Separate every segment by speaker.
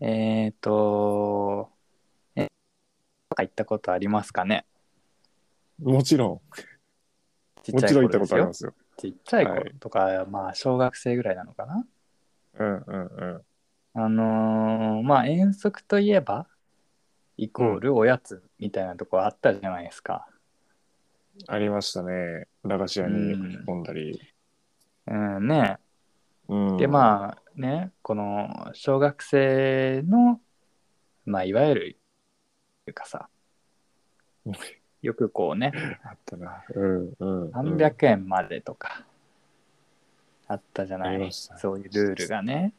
Speaker 1: えっ、と、え、とか行ったことありますかね
Speaker 2: もちろ
Speaker 1: ち
Speaker 2: ん、もちろん行った
Speaker 1: で
Speaker 2: こ
Speaker 1: す
Speaker 2: とあり
Speaker 1: よ
Speaker 2: ま。すよ。
Speaker 1: ちっちゃい
Speaker 2: は
Speaker 1: 子
Speaker 2: い
Speaker 1: とか、まあ、小学生ぐらいなのかな
Speaker 2: うんうんうん。
Speaker 1: あのーまあ、遠足といえば、イコールおやつみたいなとこあったじゃないですか。
Speaker 2: ありましたね。駄菓子屋に飲んだり。
Speaker 1: うん、ね。
Speaker 2: うん
Speaker 1: で、まあ、ね、この、小学生の、まあ、いわゆる、というかさ、よくこうね、
Speaker 2: あったな。うんうん、うん。
Speaker 1: 300円までとか、あったじゃな
Speaker 2: あり
Speaker 1: い
Speaker 2: ました
Speaker 1: そういうルールがね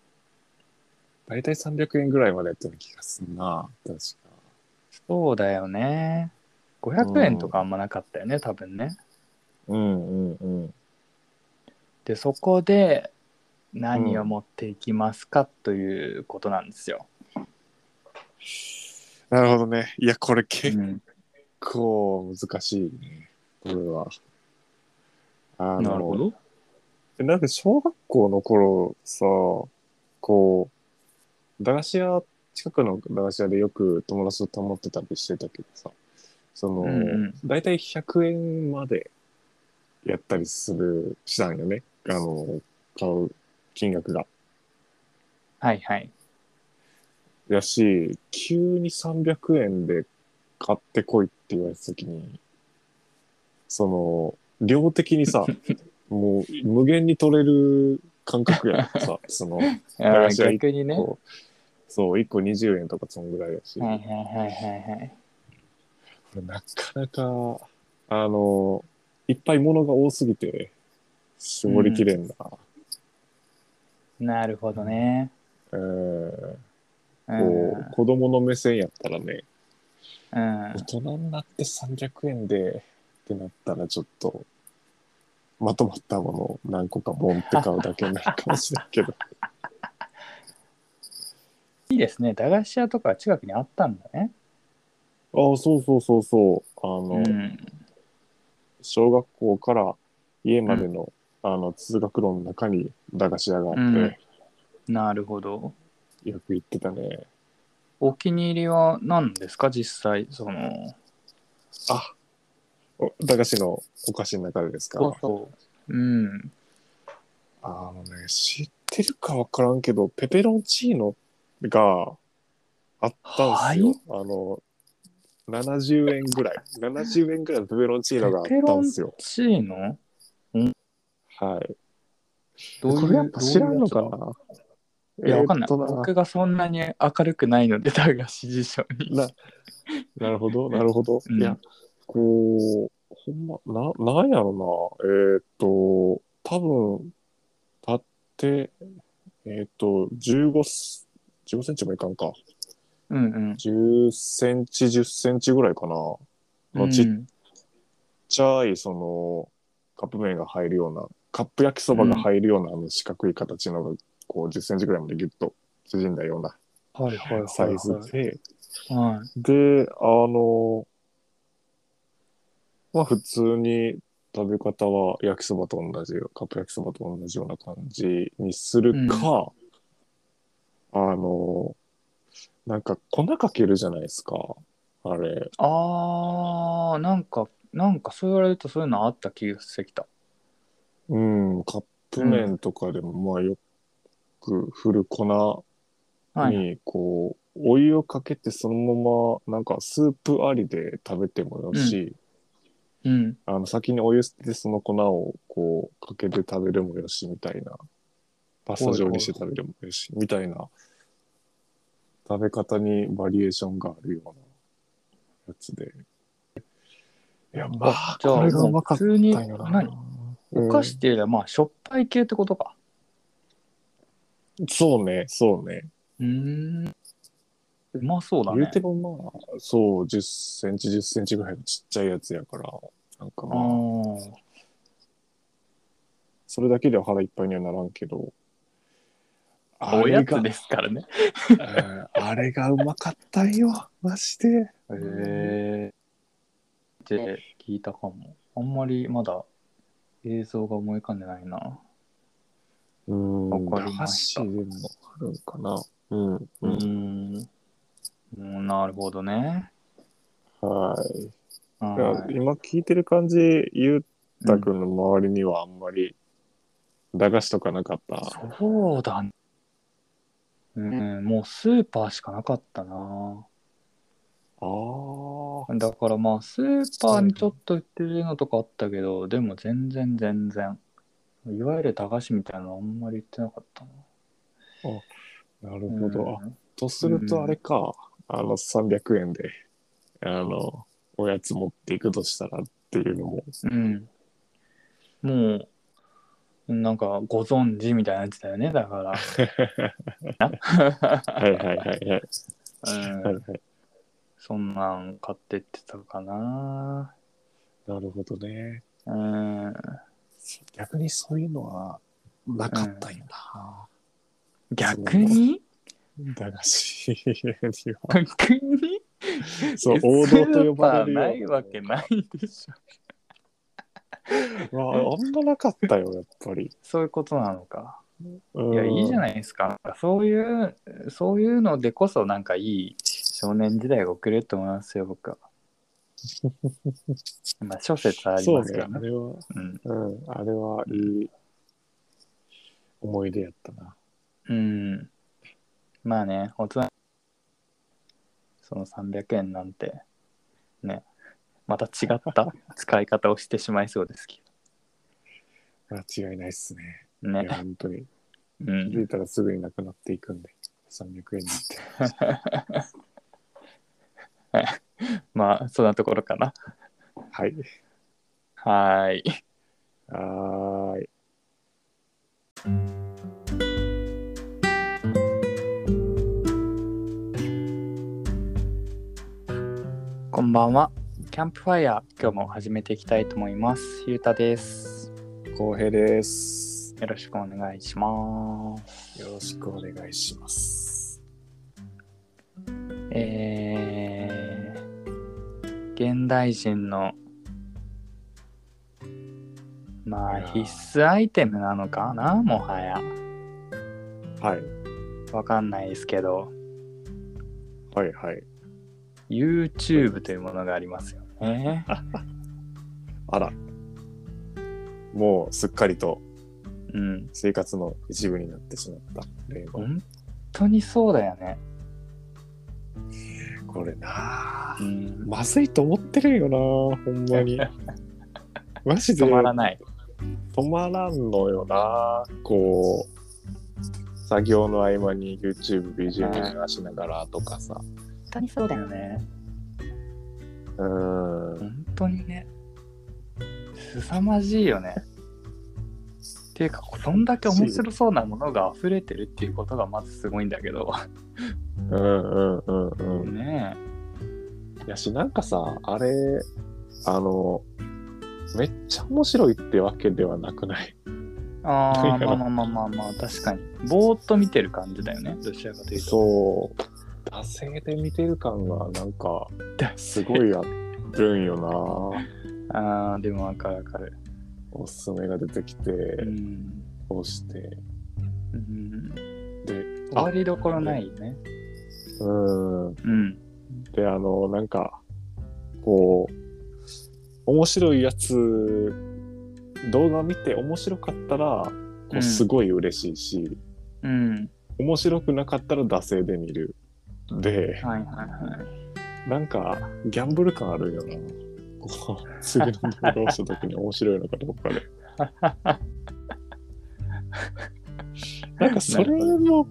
Speaker 2: 大体300円ぐらいまでやってる気がするな。確か。
Speaker 1: そうだよね500円とかあんまなかったよね、多分ね
Speaker 2: うんうんうん。
Speaker 1: でそこで何を持っていきますかということなんですよ、
Speaker 2: なるほどね。いや、これ
Speaker 1: う
Speaker 2: 結
Speaker 1: ん、
Speaker 2: 構難しいね。これは。あの
Speaker 1: なるほど
Speaker 2: なんか小学校の頃さ、こう、駄菓子屋、近くの駄菓子屋でよく友達と保ってたりしてたけどさ、その、
Speaker 1: うんうん
Speaker 2: 大体100円までやったりする、したんよね。あの、買う金額が。
Speaker 1: はいはい
Speaker 2: やし、急に300円で買ってこいって言われたときに、その、量的に さ、もう無限に取れる感覚やんかさ、その、
Speaker 1: あ
Speaker 2: 私は
Speaker 1: ー逆にねは
Speaker 2: こうそう、1個20円とかそんぐらいだし、
Speaker 1: いはいはいはいはい
Speaker 2: これなかなか、あの、いっぱい物が多すぎて、絞りきれんな。
Speaker 1: なるほどね
Speaker 2: うん、
Speaker 1: う
Speaker 2: こう、子供の目線やったらね、
Speaker 1: んうん
Speaker 2: 大人になって300円でってなったらちょっと、まとまったものを何個かボンって買うだけになるかもしれん けど。
Speaker 1: いいですね駄菓子屋とか近くにあったんだね
Speaker 2: ああ、そうそうそうそう。あの、
Speaker 1: うん
Speaker 2: 小学校から家までの,、あの通学路の中に駄菓子屋があって、
Speaker 1: うんなるほど
Speaker 2: よく行ってたね。
Speaker 1: お気に入りは何ですか実際その
Speaker 2: あお駄菓子のお菓子の中でですか
Speaker 1: そうそう。うん。
Speaker 2: あのね、知ってるかわからんけど、ペペロンチーノがあったんですよ。あの、70円ぐらい。70円ぐらいのペペロンチーノがあったんですよ。
Speaker 1: チーノ
Speaker 2: はい。
Speaker 1: どういう
Speaker 2: これやっぱ知らんのか
Speaker 1: どういうや
Speaker 2: な
Speaker 1: ついや、わかんない。
Speaker 2: えーっとな
Speaker 1: 僕がそんなに明るくないので、駄菓子辞書に。
Speaker 2: ななるほど、なるほど。
Speaker 1: うん
Speaker 2: いや、こう、ほんま、な、なんやろな。えーっと、多分、立って、えーっと、15す、15センチもいかんか。
Speaker 1: うんうん。
Speaker 2: 10センチ、10センチぐらいかな。の
Speaker 1: うん
Speaker 2: ちっちゃい、その、カップ麺が入るような、カップ焼きそばが入るような、あの四角い形のが、こう、10センチぐらいまでギュッと縮んだような
Speaker 1: はいはいはいはい。
Speaker 2: サイズで、
Speaker 1: はい。
Speaker 2: で、あの、まあ普通に食べ方は焼きそばと同じよ、カップ焼きそばと同じような感じにするか、あの、なんか粉かけるじゃないですか、あれ。
Speaker 1: あー、なんか、なんかそう言われるとそういうのあった気がしてきた。
Speaker 2: うん、カップ麺とかでも、まあよく振る粉
Speaker 1: はい。
Speaker 2: に、こう、お湯をかけてそのまま、なんかスープありで食べてもよし、
Speaker 1: うん。
Speaker 2: あの先にお湯捨ててその粉をこうかけて食べるもよしみたいなパスタ状にして食べるもよしみたいな食べ方にバリエーションがあるようなやつでいやまあ
Speaker 1: じゃあ
Speaker 2: これがうまかったんや
Speaker 1: もう普
Speaker 2: な
Speaker 1: 通に何お菓子っていうよりは、まあ、しょっぱい系ってことか。
Speaker 2: うんそうねそうね
Speaker 1: うーん。うまそうだ
Speaker 2: 言う
Speaker 1: ね
Speaker 2: て。もまあそう1 0センチ1 0センチぐらいのちっちゃいやつやからなんか
Speaker 1: あ
Speaker 2: まあ
Speaker 1: ー。
Speaker 2: それだけでは腹いっぱいにはならんけどあ
Speaker 1: お
Speaker 2: れ
Speaker 1: や
Speaker 2: が
Speaker 1: つですからね。
Speaker 2: うんあれがうまかったんよ、マジで。
Speaker 1: へえって聞いたかも。あんまりまだ映像が思い浮かんでないな。
Speaker 2: うん
Speaker 1: わか
Speaker 2: 駄
Speaker 1: り
Speaker 2: 菓
Speaker 1: まし
Speaker 2: 子
Speaker 1: た
Speaker 2: でもあるんかな。うん、うん、
Speaker 1: うーん。うんなるほどね。
Speaker 2: はい。いや
Speaker 1: はい
Speaker 2: 今聞いてる感じ、ゆうたくんの周りにはあんまり駄菓子とかなかった。
Speaker 1: そうだね。うん、もうスーパーしかなかったな。
Speaker 2: あ
Speaker 1: だからまあ、スーパーにちょっと売ってるのとかあったけど、でも全然全然。いわゆる駄菓子みたいなのあんまり売ってなかったな。
Speaker 2: あ、なるほど。あ
Speaker 1: うん
Speaker 2: とするとあれか、あの300円で、あの、おやつ持っていくとしたらっていうのも。
Speaker 1: うん。もう、なんかご存知みたいなやつだよね、だから。
Speaker 2: はいはいはいはい。
Speaker 1: うん
Speaker 2: はいはい、
Speaker 1: そんなん買ってってたかな。
Speaker 2: なるほどね。
Speaker 1: うん。
Speaker 2: 逆にそういうのはなかったんやな。
Speaker 1: 逆に
Speaker 2: 駄菓子には。
Speaker 1: 逆に
Speaker 2: そう、
Speaker 1: ス
Speaker 2: 王道と呼
Speaker 1: ーパー
Speaker 2: ばれる
Speaker 1: ないわけ
Speaker 2: い。
Speaker 1: ないでしょ。
Speaker 2: まあ、あんまなかったよ、やっぱり。
Speaker 1: そういうことなのか。
Speaker 2: うん
Speaker 1: いや、いいじゃないですか。そういう、そういうのでこそ、なんかいい少年時代が送れると思いますよ、 僕は。まあ、諸説あり
Speaker 2: そう
Speaker 1: ますけ
Speaker 2: ね、
Speaker 1: ど
Speaker 2: あ
Speaker 1: ね。
Speaker 2: れは、
Speaker 1: うん
Speaker 2: うん、あれはいい思い出やったな。
Speaker 1: うん。まあね、大人、その300円なんて、ね、また違った 使い方をしてしまいそうですけ
Speaker 2: 間違いないっすね。
Speaker 1: ど。
Speaker 2: いや、
Speaker 1: ね。
Speaker 2: 本当に。
Speaker 1: う
Speaker 2: 気づ
Speaker 1: ん。
Speaker 2: いたらすぐになくなっていくんで、300円になって。
Speaker 1: まあ、そんなところかな。
Speaker 2: はい。
Speaker 1: はーい。
Speaker 2: はーい。
Speaker 1: こんばんは。キャンプファイヤー、今日も始めていきたいと思います。ゆうたです。
Speaker 2: 浩平です。
Speaker 1: よろしくお願いします。
Speaker 2: よろしくお願いします。
Speaker 1: えー、現代人の、まあ、
Speaker 2: いやー
Speaker 1: 必須アイテムなのかな、もはや。
Speaker 2: はい。
Speaker 1: わかんないですけど、
Speaker 2: はいはい。
Speaker 1: YouTube というものがありますよね。
Speaker 2: あら。もうすっかりと
Speaker 1: うん。
Speaker 2: 生活の一部になってしまった。令和
Speaker 1: 本当にそうだよね。
Speaker 2: これなあ
Speaker 1: うん。
Speaker 2: まずいと思ってるよなほんま に。マジで
Speaker 1: 止まらない。
Speaker 2: 止まらんのよなこう作業の合間に YouTube、BGM 流しながらとかさ。
Speaker 1: 本当にそうだよね。
Speaker 2: うん。
Speaker 1: 本当にね凄まじいよねっていうかそんだけ面白そうなものが溢れてるっていうことがまずすごいんだけど
Speaker 2: うんうんうんうん。
Speaker 1: ね
Speaker 2: いやし、なんかさ、あれ、あの、めっちゃ面白いってわけではなくない。
Speaker 1: えあーまあまあまあまあまあ確かに ぼーっと見てる感じだよねどちらかというと
Speaker 2: そう。惰性で見てる感がなんか、すごいあるんよ な
Speaker 1: あーでもわかるわかる
Speaker 2: おすすめが出てきて、
Speaker 1: うん、
Speaker 2: こうして。
Speaker 1: うん、
Speaker 2: で、
Speaker 1: 終わりどころないよね
Speaker 2: うん。
Speaker 1: うん
Speaker 2: で、あの、なんか、こう、面白いやつ、動画見て面白かったら、こ
Speaker 1: う
Speaker 2: うんすごい嬉しいし、
Speaker 1: うん
Speaker 2: 面白くなかったら惰性で見る。で、
Speaker 1: はいはいはい
Speaker 2: なんか、ギャンブル感あるよな。こう、次の動画をした時に面白いのかどうかで。 なんか、それも、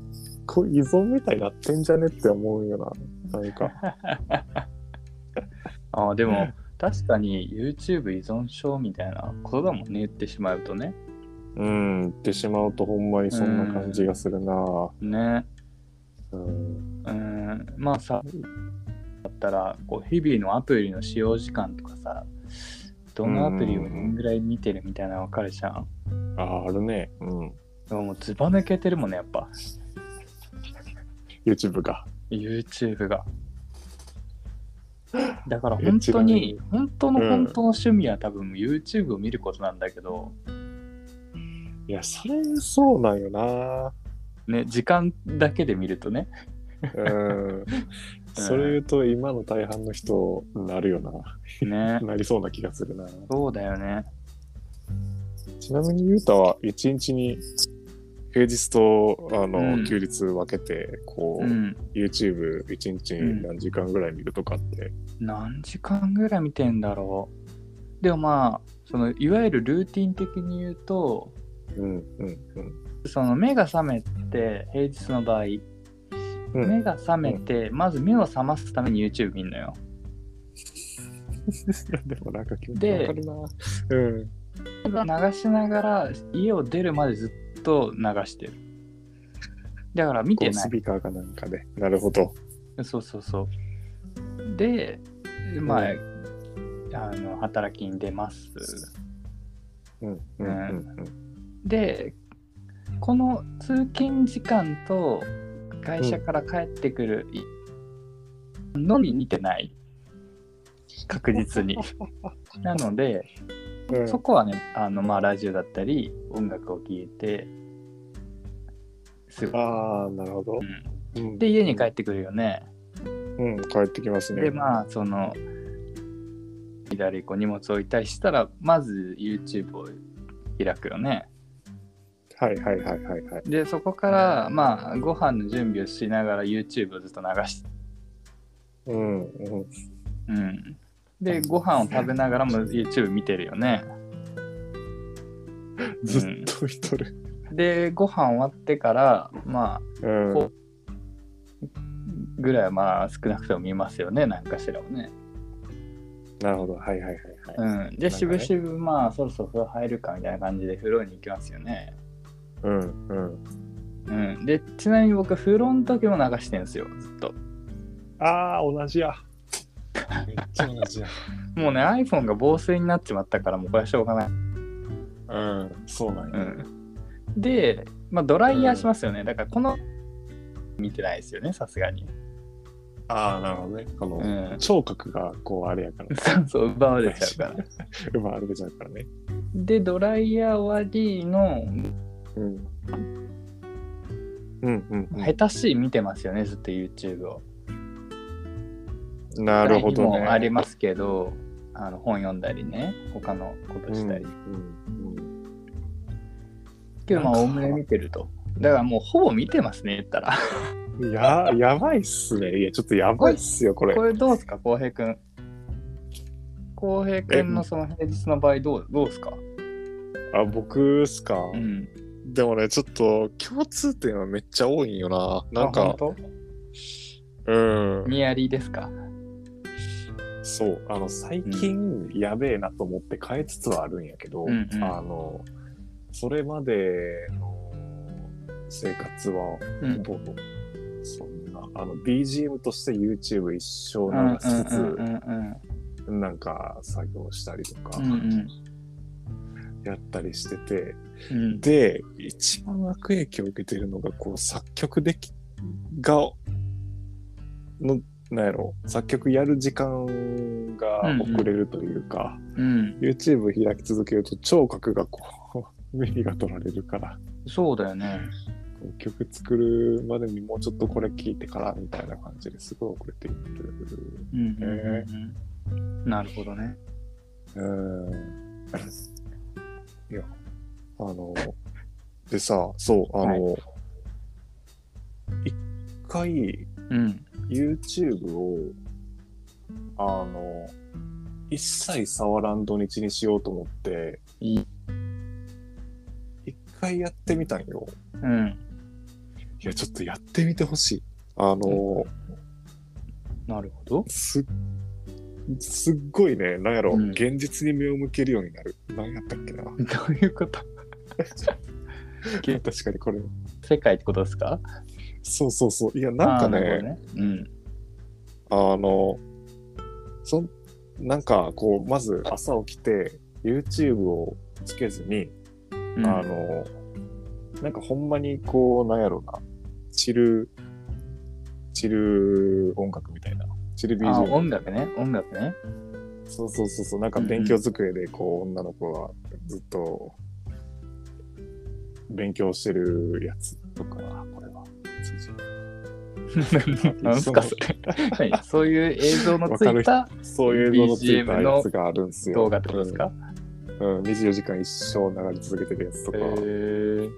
Speaker 2: こう、依存みたいになってんじゃねって思うよな。なんか、
Speaker 1: あーでも確かに YouTube 依存症みたいなことだもんね言ってしまうとね
Speaker 2: うん、言ってしまうとほんまにそんな感じがするな。
Speaker 1: ね
Speaker 2: うん。
Speaker 1: うーんまあさだったらこう日々のアプリの使用時間とかさどのアプリをどんぐらい見てるみたいなの分かるじゃん
Speaker 2: あ、あるね。うん。
Speaker 1: でももうずば抜けてるもんねやっぱ
Speaker 2: YouTube が。
Speaker 1: YouTube がだから
Speaker 2: え
Speaker 1: 本当
Speaker 2: 違
Speaker 1: に本当の
Speaker 2: うん
Speaker 1: 本当の趣味は多分 YouTube を見ることなんだけど、
Speaker 2: いや、それ、そうなんよな。
Speaker 1: ね、時間だけで見るとね。
Speaker 2: うん。それ言うと、今の大半の人、なるよな。
Speaker 1: ね。
Speaker 2: なりそうな気がするな。
Speaker 1: そうだよね。
Speaker 2: ちなみに、ゆうたは、一日に、平日と、あの、
Speaker 1: うん
Speaker 2: 休日分けて、こう、
Speaker 1: うん。
Speaker 2: YouTube、一日に何時間ぐらい見るとかって。
Speaker 1: 何時間ぐらい見てんだろう。でもまあ、そのいわゆるルーティン的に言うと、
Speaker 2: うん、うん、うん。
Speaker 1: その目が覚めて、平日の場合、
Speaker 2: うん
Speaker 1: 目が覚めて、まず目を覚ますために YouTube 見んのよ。
Speaker 2: でも、なんか、気持ち
Speaker 1: で
Speaker 2: わかるな。うん。
Speaker 1: 流しながら、家を出るまでずっと流してる。だから見
Speaker 2: こ
Speaker 1: て
Speaker 2: う
Speaker 1: な
Speaker 2: ス
Speaker 1: い。
Speaker 2: ピーカーかなんかで。なるほど。
Speaker 1: そうそうそう。で、まあ、あの働きに出ます。
Speaker 2: うん、うん、うん。
Speaker 1: で、この通勤時間と会社から帰ってくるのみ見てない。確実 に。なので、
Speaker 2: うん
Speaker 1: そこはね、あのまあ、ラジオだったり、音楽を聴いて、すごい。
Speaker 2: ああ、なるほど
Speaker 1: う。ん
Speaker 2: うん
Speaker 1: で、家に帰ってくるよね。
Speaker 2: うん、帰ってきますね。
Speaker 1: でまあその左こう荷物置いたりしたらまず YouTube を開くよね
Speaker 2: はいはいはいはいはい。
Speaker 1: でそこからまあご飯の準備をしながら YouTube をずっと流して
Speaker 2: うんうん。
Speaker 1: うんでご飯を食べながらも YouTube 見てるよね
Speaker 2: ずっと見とる。
Speaker 1: でご飯終わってからまあ
Speaker 2: うん。
Speaker 1: こぐらいはまあ少なくとも見ますよね何かしらをね
Speaker 2: なるほど。はいはいはいはい。
Speaker 1: うんで
Speaker 2: なん
Speaker 1: し
Speaker 2: かね
Speaker 1: ぶしぶまあそろそろ風呂入るかみたいな感じで風呂に行きますよね
Speaker 2: うんうん。
Speaker 1: うん、でちなみに僕風呂の時も流してるんですよずっと
Speaker 2: ああ、同じや。めっちゃ同じや。
Speaker 1: もうね iPhone が防水になっちまったからもうこれはしょうがない、
Speaker 2: うん、そうなん
Speaker 1: う
Speaker 2: や。
Speaker 1: ん、で、まあ、ドライヤーしますよね、だからこの見てないですよねさすがに、
Speaker 2: ああ、なるほどね。この、
Speaker 1: うん、
Speaker 2: 聴覚がこうあれやから、
Speaker 1: そ うそう奪われちゃうから
Speaker 2: 奪われちゃうからね。
Speaker 1: でドライヤー終わりの
Speaker 2: うん。うんうんうん
Speaker 1: 下手しい見てますよねずっと YouTube を
Speaker 2: なるほど
Speaker 1: 他
Speaker 2: ね。
Speaker 1: にもありますけどあの本読んだりね他のことしたり、
Speaker 2: うんうん
Speaker 1: けどまあ
Speaker 2: な
Speaker 1: お
Speaker 2: ん
Speaker 1: お
Speaker 2: か
Speaker 1: むね見てるとだからもうほぼ見てますね言ったら
Speaker 2: うんや、やばいっすね。いや、ちょっとやばいっすよ、これ。
Speaker 1: これどうですか浩平君浩平君のその平日の場合どうどうですか
Speaker 2: あ、僕っすか。
Speaker 1: ん。
Speaker 2: でもね、ちょっと共通点はめっちゃ多いんよな。なん
Speaker 1: あ
Speaker 2: か
Speaker 1: 本、当
Speaker 2: うん、
Speaker 1: ニアリーですか
Speaker 2: そう、あの、最近、やべえなと思って変えつつはあるんやけど、
Speaker 1: うんうん
Speaker 2: あの、それまでの生活は、
Speaker 1: う
Speaker 2: ほ。ぼ、そんな、あの、BGM として YouTube 一生
Speaker 1: う
Speaker 2: 流
Speaker 1: ん
Speaker 2: しつつ、
Speaker 1: うんうん
Speaker 2: なんか作業したりとか
Speaker 1: うんう、ん
Speaker 2: やったりしてて、
Speaker 1: うん
Speaker 2: で、一番悪影響を受けてるのが、こう、作曲でき、が、の、なんやろ、作曲やる時間が遅れるというか、
Speaker 1: うん。
Speaker 2: YouTube 開き続けると聴覚がこう、 目にが取られるから、
Speaker 1: そうだよね。
Speaker 2: こう曲作るまでにもうちょっとこれ聴いてからみたいな感じですごい遅れていってる。
Speaker 1: うんうんうんうん。なるほどね。
Speaker 2: うん。いや、あの、でさ、そう、あの、一、回、
Speaker 1: うん。
Speaker 2: YouTube を、あの、一切触らん土日にしようと思って、
Speaker 1: いい。
Speaker 2: 一回やってみたんよ。
Speaker 1: うん。
Speaker 2: いや、ちょっとやってみてほしい。あの、
Speaker 1: なるほど。
Speaker 2: すっ、すっごいね、なんやろ、
Speaker 1: うん
Speaker 2: 現実に目を向けるようになる。なんやったっけな。
Speaker 1: どういうこと現
Speaker 2: 確かにこれ、
Speaker 1: 世界ってことですか
Speaker 2: そうそうそう。いや、なんか
Speaker 1: あーなる
Speaker 2: ね、
Speaker 1: ほどね。
Speaker 2: あの、そん、なんかこう、まず朝起きて、YouTube をつけずに、
Speaker 1: うん。
Speaker 2: あの、なんかほんまにこう、なんやろうな、チル、チル音楽みたいな。チル
Speaker 1: うんあ
Speaker 2: BGM。
Speaker 1: 音楽ね。音楽 ね。
Speaker 2: そうそうそうそう、なんか
Speaker 1: うんうん
Speaker 2: 勉強机でこう、女の子がずっと勉強してるやつとか、こ羊。
Speaker 1: 何すかそれ何そういう映像のついた
Speaker 2: そういうののついたやつがあるんですよ。
Speaker 1: 動画ってことですか
Speaker 2: うん、うん、24時間一生流れ続けてるやつとか、
Speaker 1: ー、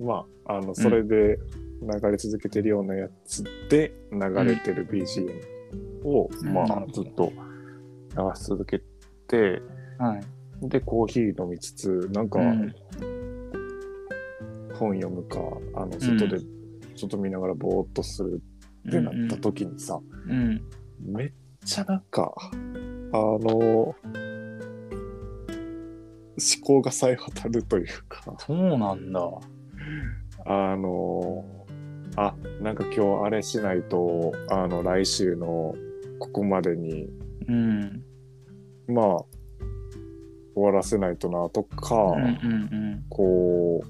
Speaker 2: まあ、あの、それで流れ続けてるようなやつで流れてる BGM を、
Speaker 1: ん
Speaker 2: ま
Speaker 1: な
Speaker 2: あ
Speaker 1: る、ほ
Speaker 2: ず
Speaker 1: ど
Speaker 2: っと流し続けて、
Speaker 1: はい。
Speaker 2: で、コーヒー飲みつつ、なんか、
Speaker 1: うん
Speaker 2: 本読むか、あの、外で、外見ながらぼーっとするってなった時にさ、
Speaker 1: うん。
Speaker 2: めっちゃなんか、あの、思考がさえ渡るというか、
Speaker 1: そうなんだ。
Speaker 2: あの、あ、なんか今日あれしないと、あの、来週のここまでに、
Speaker 1: うん。
Speaker 2: まあ、終わらせないとな、とか、
Speaker 1: うんうん
Speaker 2: こう、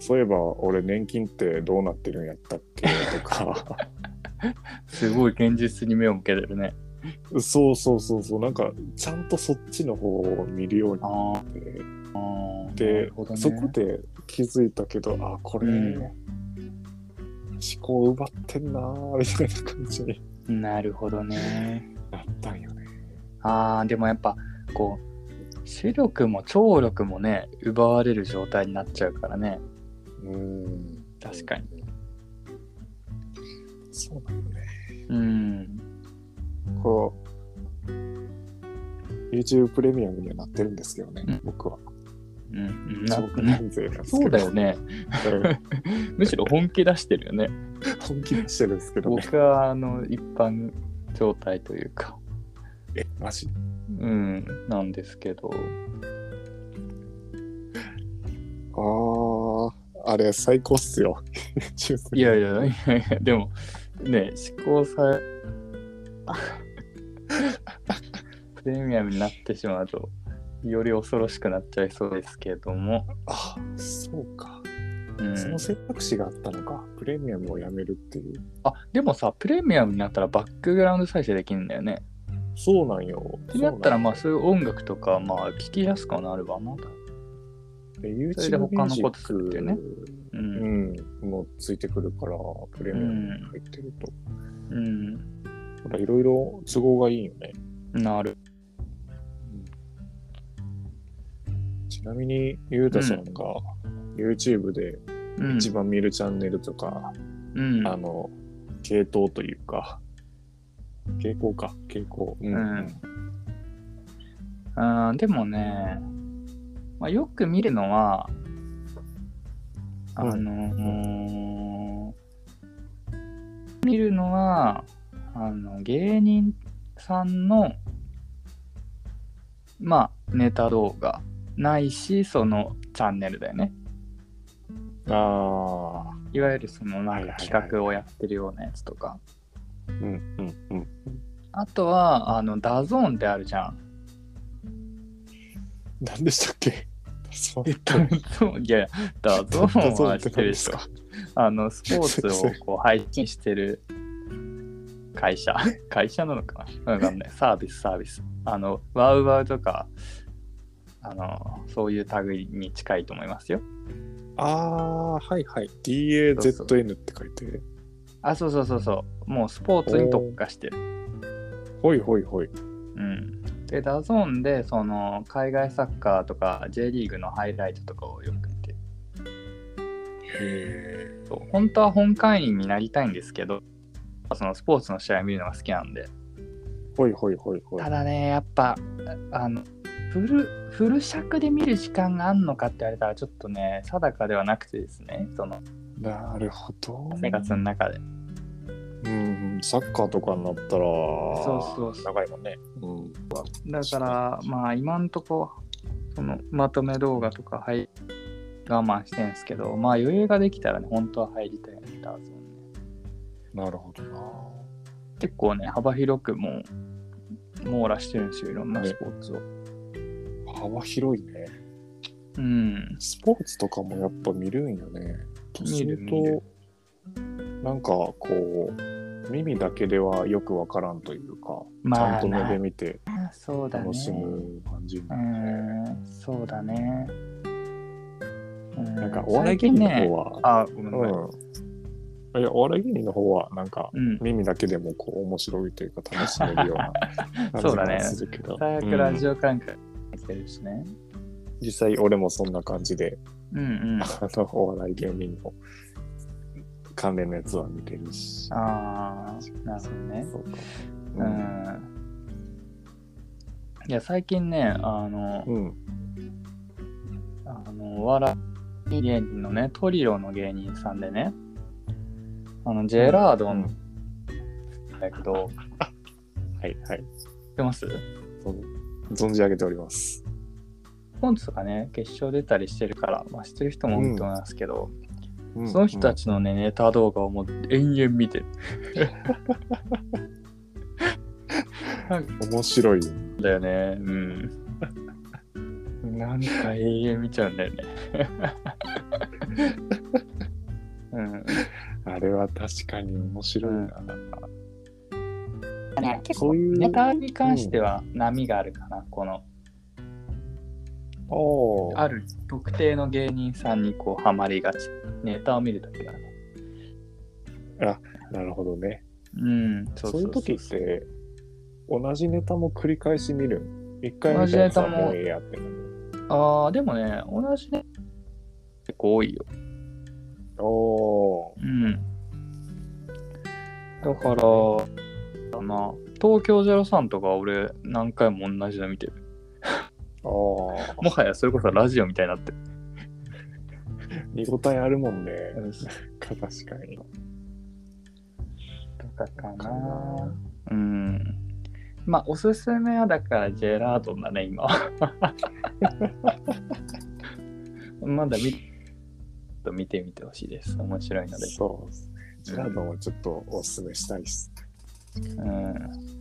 Speaker 2: そういえば俺年金ってどうなってるんやったっけ とか、
Speaker 1: うん。すごい現実に目を向けてるね。
Speaker 2: そうそうそうそう、なんかちゃんとそっちの方を見るように
Speaker 1: あー
Speaker 2: なって、
Speaker 1: あー。な
Speaker 2: で
Speaker 1: るほどね
Speaker 2: そこで気づいたけどあこれ、
Speaker 1: うん
Speaker 2: 思考を奪ってんなーみたいな感じに
Speaker 1: なるほどね。
Speaker 2: なったんよね。
Speaker 1: ああ、でもやっぱ、こう、視力も聴力もね、奪われる状態になっちゃうからね。
Speaker 2: うん
Speaker 1: 確かに。
Speaker 2: そうなのね。
Speaker 1: うん。
Speaker 2: こう YouTube プレミアムにはなってるんですけどね、
Speaker 1: うん
Speaker 2: 僕は。
Speaker 1: うんうん。な
Speaker 2: 長期
Speaker 1: な
Speaker 2: 関税なんです
Speaker 1: そ
Speaker 2: け
Speaker 1: うだ
Speaker 2: ど。
Speaker 1: よね。
Speaker 2: うん
Speaker 1: むしろ本気出してるよね。
Speaker 2: 本気にしてるんですけどね。
Speaker 1: 僕は、あの、一般状態というか、
Speaker 2: え、マジ
Speaker 1: うん、なんですけど。
Speaker 2: あー、あれ最高っすよ。
Speaker 1: いやいやいやいや、でも、ね、試行さ、 プレミアムになってしまうと、より恐ろしくなっちゃいそうですけども、
Speaker 2: あ、そうか。
Speaker 1: うん、
Speaker 2: その選択肢があったのか。プレミアムをやめるっていう。
Speaker 1: あでもさ、プレミアムになったらバックグラウンド再生できるんだよね。
Speaker 2: そうなんよ。
Speaker 1: ってなったら、まあ
Speaker 2: そ
Speaker 1: そういう音楽とか、まあ聞きやすくはなるわな。
Speaker 2: うなんよで
Speaker 1: それで
Speaker 2: YouTube
Speaker 1: 他の
Speaker 2: ミュージ
Speaker 1: こ
Speaker 2: ッ
Speaker 1: とするっていうねう。
Speaker 2: うんん、もうついてくるから、プレミアムに入ってると。
Speaker 1: うん。
Speaker 2: ほら、いろいろ都合がいいよね。
Speaker 1: なる。
Speaker 2: ちなみに、ゆうたさんが YouTube で
Speaker 1: うん。
Speaker 2: 一番見るチャンネルとか、
Speaker 1: うん。
Speaker 2: あの、系統というか、傾向か、傾向。う
Speaker 1: うんあーでもね、まあ、よく見るのは、あのー見るのは、あの、芸人さんの、まあ、ネタ動画ないし、そのチャンネルだよね。
Speaker 2: ああ、
Speaker 1: いわゆるそのなんか
Speaker 2: はいはいはい
Speaker 1: 企画をやってるようなやつとか。
Speaker 2: うんうんうん。
Speaker 1: あとは、あの、ダゾーンってあるじゃん。
Speaker 2: 何でしたっけそう
Speaker 1: えっと、 いや、ダゾーンはしてるでしょ。あの、スポーツをこう配信してる会社、会社なのかなわかんない。サービス、サービス。あの、ワウワウとか、あの、そういう類に近いと思いますよ。
Speaker 2: ああ、はいはい。DAZN って書いて。
Speaker 1: あ、そうそうそうそう。もうスポーツに特化してる。
Speaker 2: ほいほいほい。
Speaker 1: うん。で、ダゾーンで、その、海外サッカーとか、J リーグのハイライトとかをよく見てる
Speaker 2: へえ。
Speaker 1: そう本当は本会員になりたいんですけど、そのスポーツの試合見るのが好きなんで。
Speaker 2: ほいほいほいほい
Speaker 1: た。だねやっぱあのフルフル尺で見る時間があんのかって言われたらちょっとね定かではなくてですねその
Speaker 2: なるほど。
Speaker 1: 生活の中で、
Speaker 2: うん、サッカーとかになったら、
Speaker 1: うそうそう
Speaker 2: 長いもんね。うん。
Speaker 1: だからまあ今んとこそのまとめ動画とかはい我慢してんすけどまあ余裕ができたらね本当は入りたいんだ
Speaker 2: なるほどな。
Speaker 1: 結構ね幅広くもう網羅してるんですよいろんなスポーツを、
Speaker 2: 幅広いね。
Speaker 1: うん
Speaker 2: スポーツとかもやっぱ見るんよね。とす
Speaker 1: 見る
Speaker 2: ると、
Speaker 1: 見る
Speaker 2: なんかこう、耳だけではよくわからんというか、
Speaker 1: まあ
Speaker 2: ちゃんと目
Speaker 1: な
Speaker 2: で見て
Speaker 1: そうだね
Speaker 2: 楽しむ感じに
Speaker 1: う
Speaker 2: なるね。
Speaker 1: んそうだね
Speaker 2: な
Speaker 1: なん
Speaker 2: かお笑い芸人の方は、
Speaker 1: あ、ごめんなさい。
Speaker 2: うん。いや、お笑い芸人の方は、なんか、
Speaker 1: うん。
Speaker 2: 耳だけでもこう面白いというか楽しめるような感
Speaker 1: そう
Speaker 2: じ
Speaker 1: だね
Speaker 2: がするけど、
Speaker 1: 最悪
Speaker 2: うん
Speaker 1: ラジオ感覚してるしね。
Speaker 2: 実際俺もそんな感じで
Speaker 1: うんうん。
Speaker 2: あのお笑い芸人の関連のやつは見てるし
Speaker 1: ああ、なるほどね。
Speaker 2: そうか
Speaker 1: う、ん。いや、最近ね、あの、
Speaker 2: うん
Speaker 1: あの、お笑い芸人のね、トリオの芸人さんでね、あの、ジェラードンだけど、
Speaker 2: はいはい
Speaker 1: 知ってます
Speaker 2: 存じ上げております
Speaker 1: ポンツとかね、決勝出たりしてるから、まあ、知ってる人も多いと思いますけど、その人た
Speaker 2: ち、
Speaker 1: ちのね、ネタ動画をもう延々見てる。なんか
Speaker 2: うん面白いよ
Speaker 1: だよね。うん。なんか永遠見ちゃうんだ よね。うん。
Speaker 2: あれは確かに面白いな、
Speaker 1: ね結
Speaker 2: そういう
Speaker 1: ネタに関しては波があるかな。この、
Speaker 2: おー
Speaker 1: ある特定の芸人さんにこう、ハマりがち。ネタを見るときはね。
Speaker 2: なるほどね
Speaker 1: うん。
Speaker 2: そういう時って同じネタも繰り返し見る一回
Speaker 1: 同
Speaker 2: 見
Speaker 1: じ
Speaker 2: た
Speaker 1: ネ
Speaker 2: やつ
Speaker 1: タ
Speaker 2: は
Speaker 1: も
Speaker 2: もうええやってなる
Speaker 1: ああ、でもね、同じね。結構多いよ。
Speaker 2: おー
Speaker 1: うん。だから、だな、東京03とか俺何回も同じの見てる。
Speaker 2: ああ
Speaker 1: もはやそれこそラジオみたいになってる。
Speaker 2: 見応えあるもんね。確かに。
Speaker 1: とかかな。うん。まあ、おすすめはだからジェラードンだね、今は。 まだ見と見てみてほしいです。面白いので。
Speaker 2: そう。ジェラードンはちょっとおすすめしたいっす。
Speaker 1: うん。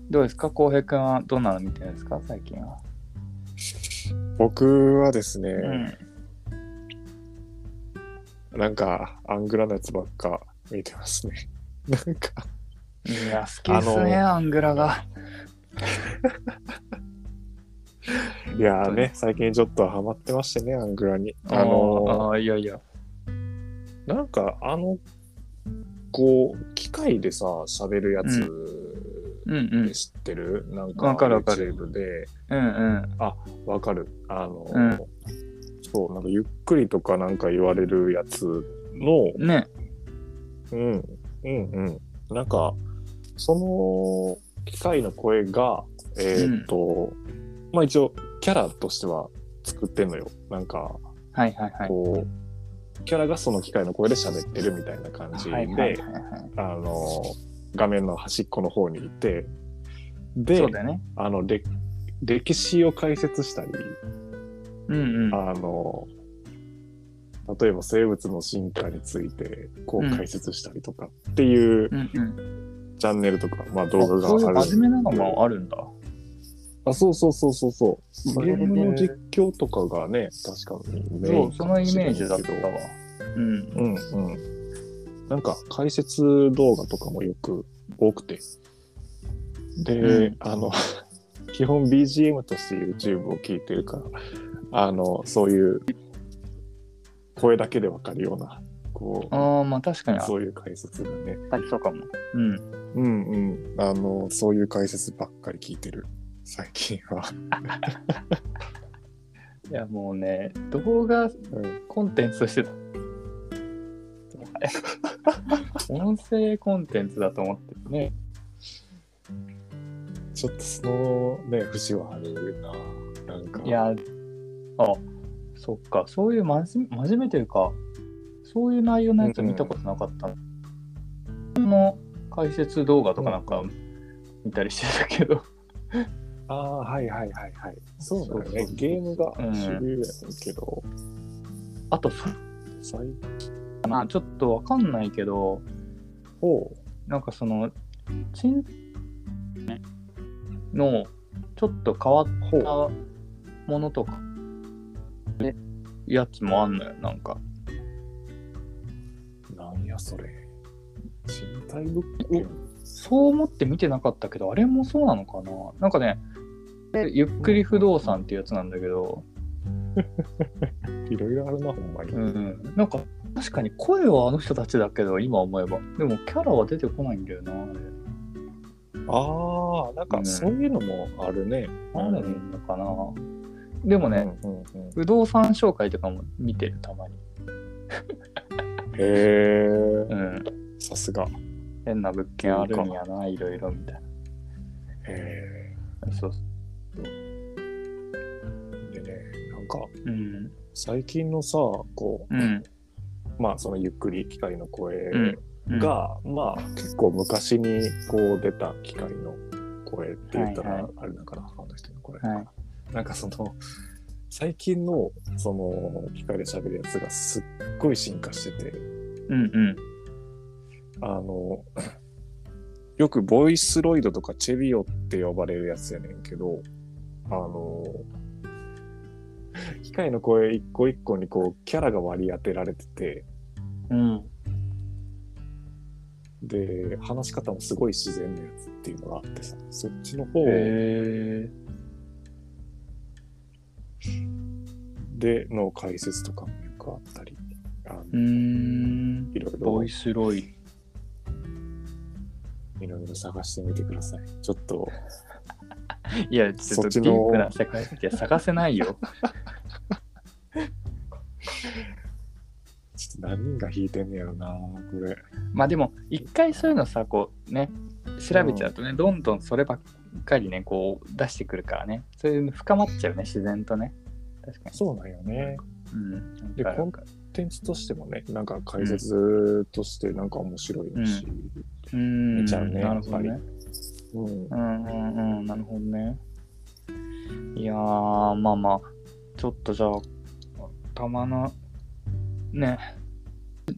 Speaker 1: どうですか浩平君はどんなの見てるんですか最近は。
Speaker 2: 僕はですね、
Speaker 1: うん。
Speaker 2: なんか、アングラのやつばっか見てますね。 なんか、
Speaker 1: いや、好きですね、
Speaker 2: あ
Speaker 1: アングラが。
Speaker 2: いやーね、最近ちょっとハマってましてね、アングラに。あ
Speaker 1: あ
Speaker 2: の
Speaker 1: ー、いやいや。
Speaker 2: ーなんか、あの、こう、機械でさ、喋るやつ、
Speaker 1: うんうん。
Speaker 2: 知ってるなんか、
Speaker 1: わかるわかる
Speaker 2: YouTube で、
Speaker 1: うん
Speaker 2: わかる。あの、
Speaker 1: うん
Speaker 2: そう、なんか、ゆっくりとかなんか言われるやつの、
Speaker 1: うん。ね。
Speaker 2: うん、うん、うん。なんか、その機械の声が、えーっと、まあ一応、キャラとしては作ってんのよ。なんか、
Speaker 1: はいはいはい。
Speaker 2: こう、キャラがその機械の声で喋ってるみたいな感じで、
Speaker 1: はいはいはいはい。
Speaker 2: あの、画面の端っこの方にいて、で
Speaker 1: そう、だよね。
Speaker 2: あの、れ歴史を解説したり、
Speaker 1: うんうん。
Speaker 2: あの、例えば生物の進化についてこう解説したりとかっていう
Speaker 1: うんうん、
Speaker 2: チャンネルとか、まあ、動画
Speaker 1: そういう
Speaker 2: があ
Speaker 1: 真
Speaker 2: る。
Speaker 1: 面目なのもあるんだ。
Speaker 2: あ、そうそうそうそうそう。
Speaker 1: そ
Speaker 2: ゲ
Speaker 1: れ
Speaker 2: ー
Speaker 1: で
Speaker 2: ムの実況とかがね、確かにメイン
Speaker 1: そう、そのイメージだ
Speaker 2: か
Speaker 1: っ
Speaker 2: もしたれない
Speaker 1: わ。うん。
Speaker 2: けど。うんうん。なんか解説動画とかもよく多くて。で、
Speaker 1: うん
Speaker 2: あの、 基本 BGM として YouTube を聴いてるから、あの、そういう声だけでわかるような、こう、
Speaker 1: ああ、まあ確かにあ
Speaker 2: そういう解説がね。
Speaker 1: ったりとかも。うん。
Speaker 2: うんうん。あの、そういう解説ばっかり聞いてる。最近は。
Speaker 1: いやもうね、動画
Speaker 2: うん
Speaker 1: コンテンツとして、 音声コンテンツだと思ってるね。
Speaker 2: ちょっとそのね、節はあるな。なんか、
Speaker 1: いや、あ、そっか、そういう真面目真面目というか、そういう内容のやつ見たことなかった。その解説動画とかなんか見たりしてたけど、
Speaker 2: ああ、はいはいはいはい。そうだよ
Speaker 1: そうそう
Speaker 2: ね
Speaker 1: そ。う
Speaker 2: ゲームが
Speaker 1: うん
Speaker 2: 主流やけど、
Speaker 1: あとそ
Speaker 2: 最
Speaker 1: まあちょっとわかんないけど、
Speaker 2: 高、
Speaker 1: なんかその、チンのちょっと変わったものとか、ねやつもあんのよ、なんか。
Speaker 2: なんやそれ。賃貸物件
Speaker 1: そう思って見てなかったけど、あれもそうなのかななんかね、ゆっくり不動産っていうやつなんだけど、
Speaker 2: いろいろあるな、ほんまに。
Speaker 1: うん、なんか確かに声はあの人たちだけど今思えばでもキャラは出てこないんだよなあれ
Speaker 2: ああ、なんかそういうのもあるね。
Speaker 1: 何でもいいのかな、でもね、
Speaker 2: うんうんうん
Speaker 1: 不動産紹介とかも見てるたまに、
Speaker 2: へ
Speaker 1: う
Speaker 2: え、
Speaker 1: ん、
Speaker 2: さすが。
Speaker 1: 変な物件あるんやないろいろみたい
Speaker 2: へ
Speaker 1: なそう
Speaker 2: え。でね、なんか
Speaker 1: うん
Speaker 2: 最近のさ、こう、
Speaker 1: うん
Speaker 2: まあそのゆっくり機械の声
Speaker 1: うんうん
Speaker 2: が、まあ結構昔にこう出た機械の声って言ったら、
Speaker 1: はいは
Speaker 2: あれなんかな、他の人の声、
Speaker 1: はい
Speaker 2: なんかその、最近のその機械で喋るやつがすっごい進化してて、
Speaker 1: うんうん
Speaker 2: あの、 よくボイスロイドとかチェビオって呼ばれるやつやねんけど、あの、 機械の声一個一個にこうキャラが割り当てられてて、
Speaker 1: うん
Speaker 2: で、話し方もすごい自然なやつっていうのがあってさ、そっちの方
Speaker 1: へえ
Speaker 2: での解説とかもよくあったり、あの
Speaker 1: うーん
Speaker 2: いろいろ
Speaker 1: ボイ、スロイ
Speaker 2: いろいろ探してみてください。ちょっと、
Speaker 1: いやちょ
Speaker 2: そ
Speaker 1: っ
Speaker 2: っ
Speaker 1: と
Speaker 2: ち
Speaker 1: デ
Speaker 2: の
Speaker 1: ィープな世界って探せない よ
Speaker 2: ちょっと何人が弾いてんねやろな、これ。
Speaker 1: まあでも一回そういうのさこうね調べちゃうとね、どんどんそればっかりねこう出してくるからねそういうの深まっちゃうね自然とね確かに
Speaker 2: そうなんよね。
Speaker 1: うん
Speaker 2: で
Speaker 1: なんか
Speaker 2: コンテンツとしてもね、なんか解説としてなんか面白いし、
Speaker 1: うーん
Speaker 2: 見ちゃうね
Speaker 1: なるほどね
Speaker 2: やっうん
Speaker 1: うんうんうんなるほどねいやーまあまあちょっとじゃあたまなね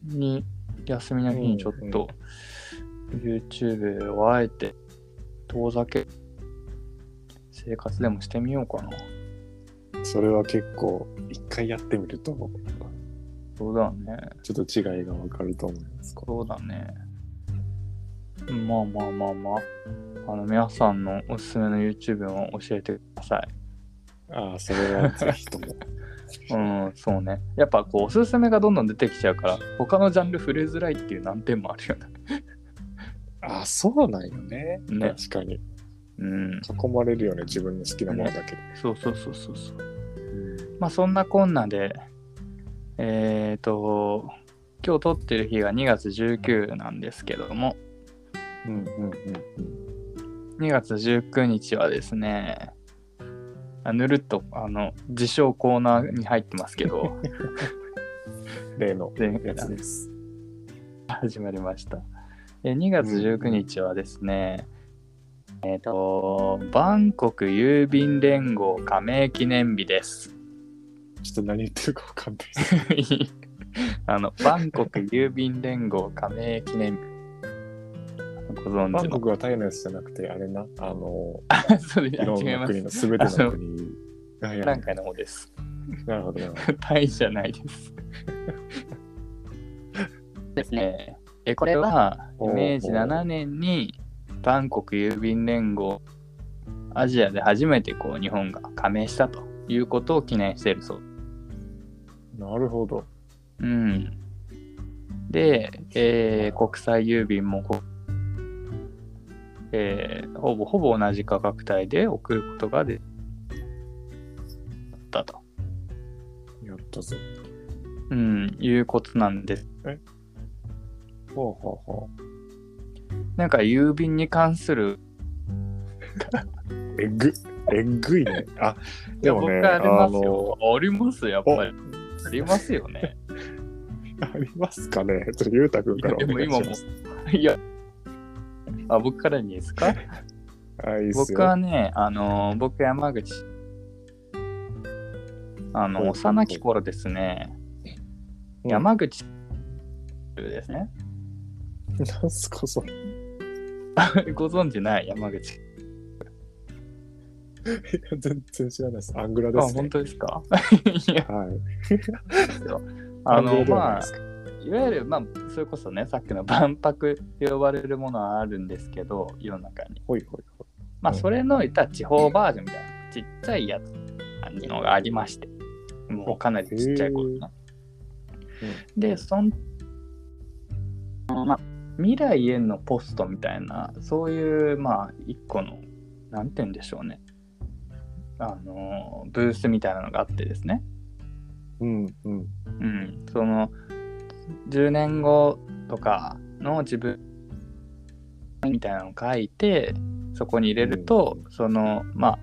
Speaker 1: に休みの日にちょっと YouTube をあえて遠ざけ生活でもしてみようかな
Speaker 2: それは結構、一回やってみると、ち
Speaker 1: そうだね
Speaker 2: ょっと違いがわかると思います。
Speaker 1: そうだねまあまあまあまああの皆さんのおすすめの YouTube を教えてください
Speaker 2: ああ、それはぜひと も。
Speaker 1: うん、そうね。やっぱこう、おすすめがどんどん出てきちゃうから、他のジャンル触れづらいっていう難点もあるよね。
Speaker 2: ああ、そうなんよね。
Speaker 1: ね
Speaker 2: 確かに。
Speaker 1: うん。
Speaker 2: 囲まれるよね、自分の好きなものだけで。
Speaker 1: そうそうそうそうそう。まあ、そんなこんなで、えっ、ー、と、今日撮ってる日が2月19なんですけども、
Speaker 2: うんうん
Speaker 1: 2月19日はですね、あぬるっと、あの、自称コーナーに入ってますけど、
Speaker 2: うん。例の
Speaker 1: 前
Speaker 2: やつです。
Speaker 1: 始まりました。えー2月19日はですね、えっ、と、バンコク郵便連合加盟記念日です。
Speaker 2: ちょっと何言ってるかわかんない。
Speaker 1: あの、バンコク郵便連合加盟記念日。ご存
Speaker 2: バ
Speaker 1: 知
Speaker 2: ンコ
Speaker 1: の
Speaker 2: クはタイのやつじゃなくて、あれな、あの、
Speaker 1: あそう
Speaker 2: い
Speaker 1: です
Speaker 2: ろん
Speaker 1: 違い
Speaker 2: な
Speaker 1: ま
Speaker 2: 国
Speaker 1: す。
Speaker 2: のすべての国。はいは
Speaker 1: 何
Speaker 2: い
Speaker 1: 回の方です。
Speaker 2: なるほど、なるほど。
Speaker 1: タイじゃないです。ですね。えこれは
Speaker 2: おー
Speaker 1: 明治7年にバンコク郵便連合アジアで初めてこう日本が加盟したということを記念しているそう。
Speaker 2: なるほど。
Speaker 1: うん、で、えー国際郵便もこ、えーほぼほぼ同じ価格帯で送ることができたと、
Speaker 2: やったぞ。
Speaker 1: うん、いうことなんです
Speaker 2: ほうほうほ
Speaker 1: なんか郵便に関する、
Speaker 2: う。えぐ、えぐいね。あ、でもね、
Speaker 1: 僕あります
Speaker 2: の
Speaker 1: よ。ありますやっぱり。ありますよ ね。
Speaker 2: ありますかねちょっとゆうたくんからお
Speaker 1: いやでも
Speaker 2: 願い
Speaker 1: 今
Speaker 2: し
Speaker 1: も
Speaker 2: ます。
Speaker 1: いや、あ僕からにですか
Speaker 2: あ、いいっす
Speaker 1: 僕
Speaker 2: よ。
Speaker 1: はね、あのー僕山口、あ
Speaker 2: ほうほうほ
Speaker 1: の、
Speaker 2: う
Speaker 1: 幼き頃ですね、
Speaker 2: うん
Speaker 1: 山口ですね。
Speaker 2: なんすか、それ。
Speaker 1: ご存知ない山口。
Speaker 2: 全然知らないです。アングラ
Speaker 1: あ、
Speaker 2: です、
Speaker 1: 本
Speaker 2: ね。
Speaker 1: 当ですかいや、
Speaker 2: はい。
Speaker 1: あ
Speaker 2: ア
Speaker 1: の、
Speaker 2: ングラで
Speaker 1: ま
Speaker 2: はない
Speaker 1: あ
Speaker 2: で、すか
Speaker 1: いわゆる、まあ、それこそね、さっきの万博って呼ばれるものはあるんですけど、世の中に。
Speaker 2: ほいほいほい。
Speaker 1: まあ、
Speaker 2: うん
Speaker 1: それのいったら地方バージョンみたいな、ちっちゃいやつのがありまして。もうかなりちっちゃい頃かな。で、そん、まあ、未来へのポストみたいな、そういう、まあ、一個の、なんて言うんでしょうね。あの、ブースみたいなのがあってですね。
Speaker 2: うんうん
Speaker 1: うん。その、10年後とかの自分みたいなのを書いて、そこに入れると、その、まあ、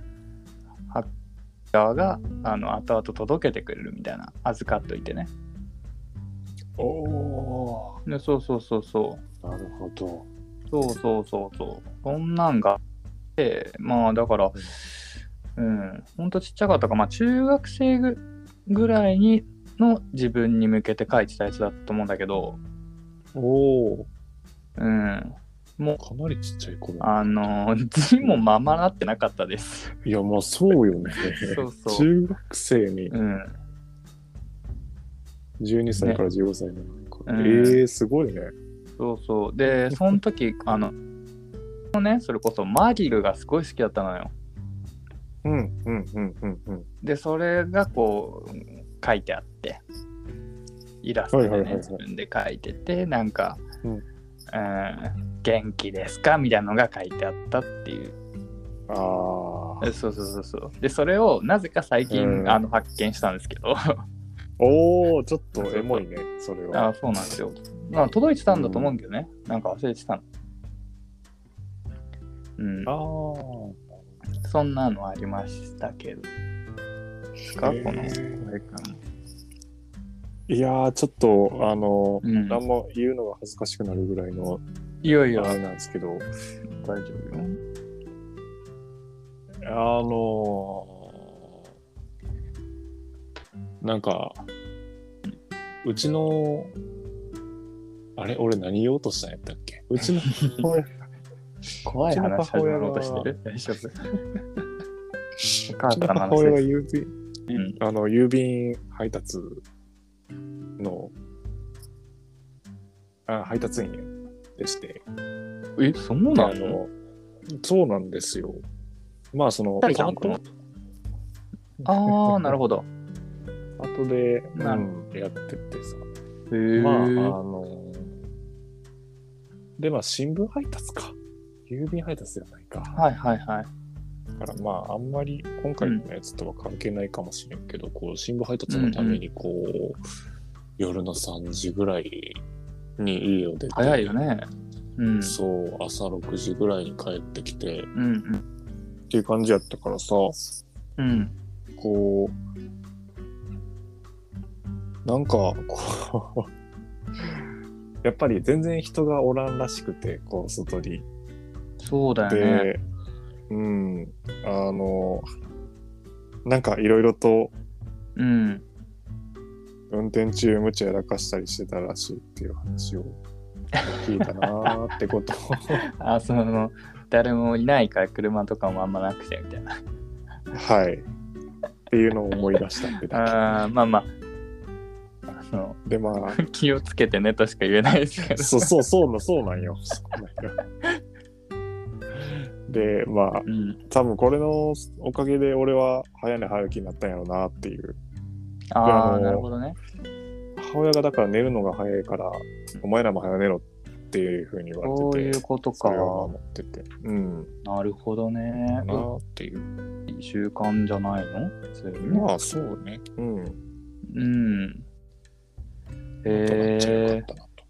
Speaker 1: ハッカーが、あの、後々届けてくれるみたいな、預かっといてね。
Speaker 2: おお
Speaker 1: でそうそうそうそう。
Speaker 2: なるほど
Speaker 1: そうそうそうそう。そんなんがあって、まあだから、うん、ほんとちっちゃかったか、まあ中学生ぐぐらいにの自分に向けて書いてたやつだと思うんだけど、
Speaker 2: おお
Speaker 1: うん、もう、
Speaker 2: かなりちっちゃい頃
Speaker 1: あの、字もままなってなかったです。
Speaker 2: いやまあそうよね
Speaker 1: そうそう
Speaker 2: 中学生に
Speaker 1: うん、
Speaker 2: 12歳から15歳のなんか、
Speaker 1: うん
Speaker 2: ええー、すごいね
Speaker 1: そうそう。で、その時、あの、ね、それこそマギルがすごい好きだったのよ。
Speaker 2: うんうんうんうんうん
Speaker 1: でそれがこう書いてあってイラストで、ね
Speaker 2: はいはいはいはい
Speaker 1: 自分で書いててなんか、
Speaker 2: う
Speaker 1: うんん元気ですか?」みたいなのが書いてあったっていう
Speaker 2: ああ
Speaker 1: そうそうそうそうでそれをなぜか最近、
Speaker 2: うん
Speaker 1: あの発見したんですけど
Speaker 2: おおちょっとエモいねそれは
Speaker 1: あそうなんですよ、まあ、届いてたんだと思うんだけどね、なんか忘れてたのうん
Speaker 2: あー
Speaker 1: そんなのありましたけどかこのあれかない
Speaker 2: やーちょっとあの、
Speaker 1: うん
Speaker 2: 何も言うのが恥ずかしくなるぐらいの
Speaker 1: いよいよ
Speaker 2: あれなんですけど、
Speaker 1: 大丈夫よ
Speaker 2: あのーなんか、うちの、あれ俺何言おうとしたんやったっけ うちの俺
Speaker 1: 怖い話始まろうとしてる大丈夫お母
Speaker 2: うちの
Speaker 1: さんの
Speaker 2: 母
Speaker 1: 話
Speaker 2: 親が
Speaker 1: です。
Speaker 2: 郵便、
Speaker 1: うん
Speaker 2: あの、郵便配達の、あ配達員でして、
Speaker 1: え、そうな
Speaker 2: あ
Speaker 1: の
Speaker 2: の、そうなんですよ。まあ、その、パ
Speaker 1: 二人じゃん
Speaker 2: ート、
Speaker 1: ああ、なるほ ど。
Speaker 2: パートで、
Speaker 1: なる
Speaker 2: うんやっててさ、
Speaker 1: へえ。
Speaker 2: まあ、あので、まあ、新聞配達か。郵便配達じゃないか。
Speaker 1: はいはいはい。
Speaker 2: だから、まあ、あんまり今回のやつとは関係ないかもしれんけど、こう、新聞配達のために、こう、夜の3時ぐらいに家を出て、
Speaker 1: 早いよね。うん。
Speaker 2: そう、朝6時ぐらいに帰ってきて、っ
Speaker 1: うん
Speaker 2: ていう感じやったからさ、
Speaker 1: うん。うん。
Speaker 2: こう、なんか、こう、やっぱり全然人がおらんらしくて、こう、外に。
Speaker 1: そうだよね。
Speaker 2: で、うん、あの、なんかいろいろと
Speaker 1: うん。
Speaker 2: 運転中無茶やらかしたりしてたらしいっていう話を聞いたなーってこと。
Speaker 1: あ、その、誰もいないから車とかもあんまなくてみたいな。
Speaker 2: はい。っていうのを思い出したってだ
Speaker 1: あーまあまあ。あの
Speaker 2: け。で、まあ、
Speaker 1: 気をつけてねとしか言えないですけど。
Speaker 2: そうそうそうな、そうなんよ。そうなんよ。で、まあ、
Speaker 1: うん。
Speaker 2: 多分これのおかげで俺は早寝早起きになったんやろうなっていう。
Speaker 1: あ
Speaker 2: あの
Speaker 1: あ、なるほどね。
Speaker 2: 母親がだから寝るのが早いから、お前らも早寝ろっていうふうに言われてて。
Speaker 1: そういうことか
Speaker 2: そ。れを守ってて。うん。
Speaker 1: なるほどね。
Speaker 2: なあっていう。
Speaker 1: いい習慣じゃないの普通にね。
Speaker 2: まあそうね。うん。
Speaker 1: うん。
Speaker 2: まとめっちゃよ
Speaker 1: え
Speaker 2: かったなと。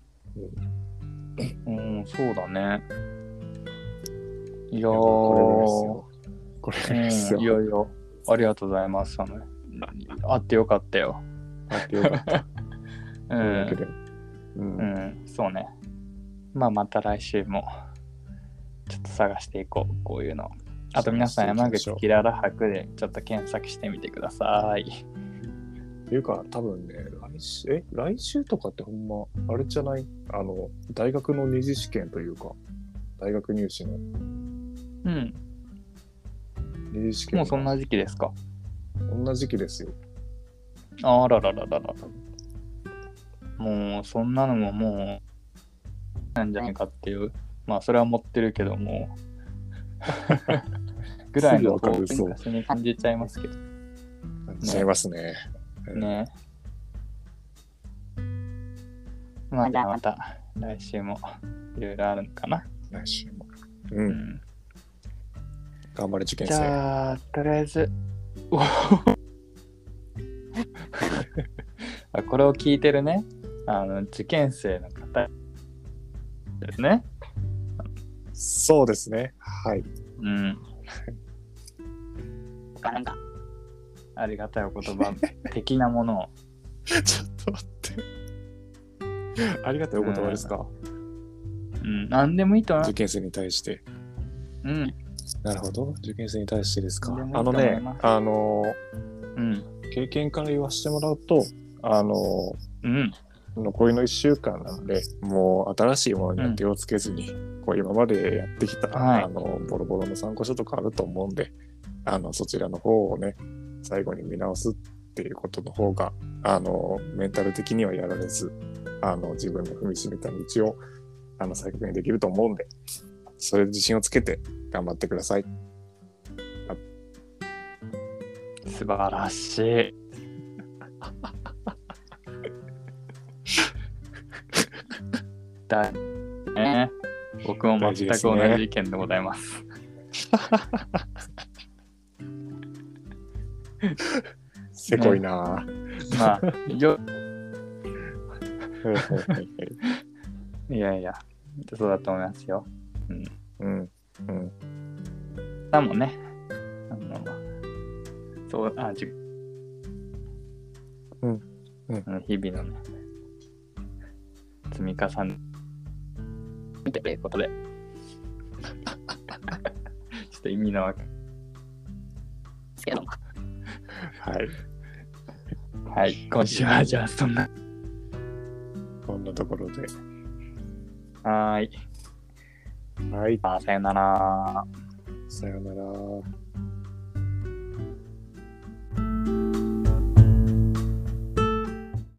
Speaker 1: ー、うん、そうだね。いやー、
Speaker 2: これぐらいですよ。
Speaker 1: うんい
Speaker 2: これぐらいですよ。
Speaker 1: やいや、ありがとうございます。あの あってよかったよ。
Speaker 2: あってよかった。
Speaker 1: う
Speaker 2: というわけ
Speaker 1: ん、
Speaker 2: で。う。
Speaker 1: うんん、そうね。まあ、また来週も、ちょっと探していこう、こういうの。あと皆さん、
Speaker 2: 探
Speaker 1: 山
Speaker 2: していきましょ
Speaker 1: 口
Speaker 2: う
Speaker 1: キララ博でちょっと検索してみてください。
Speaker 2: っていうか、多分ね、来週、え、来週とかってほんま、あれじゃないあの、大学の二次試験というか、大学入試の
Speaker 1: うん、
Speaker 2: 二次試験。
Speaker 1: もうそん。な時期ですか。
Speaker 2: 同じ時期ですよ。
Speaker 1: あららららら。もう、そんなのももう、なんじゃないかっていう。まあ、それは持ってるけども。 ぐらいの
Speaker 2: すぐわかる
Speaker 1: こう
Speaker 2: そう
Speaker 1: 昔に感じちゃいますけど。
Speaker 2: 感じちゃいますね。
Speaker 1: ね。まあ、じゃあまた来週もいろいろあるのかな。
Speaker 2: 来週も。う。
Speaker 1: うんん、
Speaker 2: 頑張れ、受験
Speaker 1: じ
Speaker 2: 生。
Speaker 1: ゃあ、とりあえず。お あこれを聞いてるね、あの受験生の方ですね。
Speaker 2: そうですね。 はい。
Speaker 1: うん、
Speaker 3: かなんか、
Speaker 1: ありがたいお言葉的なものを。
Speaker 2: ちょっと待って。ありがたいお言葉ですか。
Speaker 1: うん、何でもいいと思
Speaker 2: 受
Speaker 1: う。
Speaker 2: 験生に対して。
Speaker 1: うん、
Speaker 2: なるほど。受験生に対してですか。
Speaker 1: でもいい
Speaker 2: あの
Speaker 1: と思
Speaker 2: ね
Speaker 1: いま、す
Speaker 2: あの、
Speaker 1: うん、
Speaker 2: 経験から言わせてもらうと、あの、
Speaker 1: うん、
Speaker 2: 残りの1週間なので、もう新しいものには手をつけずに、こう今までやってきた、
Speaker 1: はい
Speaker 2: あの、ボロボロの参考書とかあると思うんで、あの、そちらの方をね、最後に見直すっていうことの方が、あの、メンタル的にはやられず、あの、自分の踏みしめた道を、あの、再確認できると思うんで、それで自信をつけて頑張ってください。
Speaker 1: 素晴らしい。 だね。僕も全く同じ意見でございます。
Speaker 2: せこいなぁ。
Speaker 1: まあ、よ、
Speaker 2: はいはいはいはい
Speaker 1: いやいや、そうだと思いますよ。
Speaker 2: うん。うん。
Speaker 1: だもんね。あの、そう、あ、じ
Speaker 2: うんうん
Speaker 1: うん。日々のね、積み重ね、ということで。 ちょっと意味のわか
Speaker 3: ですけども。
Speaker 2: はい。
Speaker 1: はい、今週はじゃあそんな。
Speaker 2: こんなところで。
Speaker 1: はーい。
Speaker 2: はい。
Speaker 1: あーさよなら。
Speaker 2: さようなら。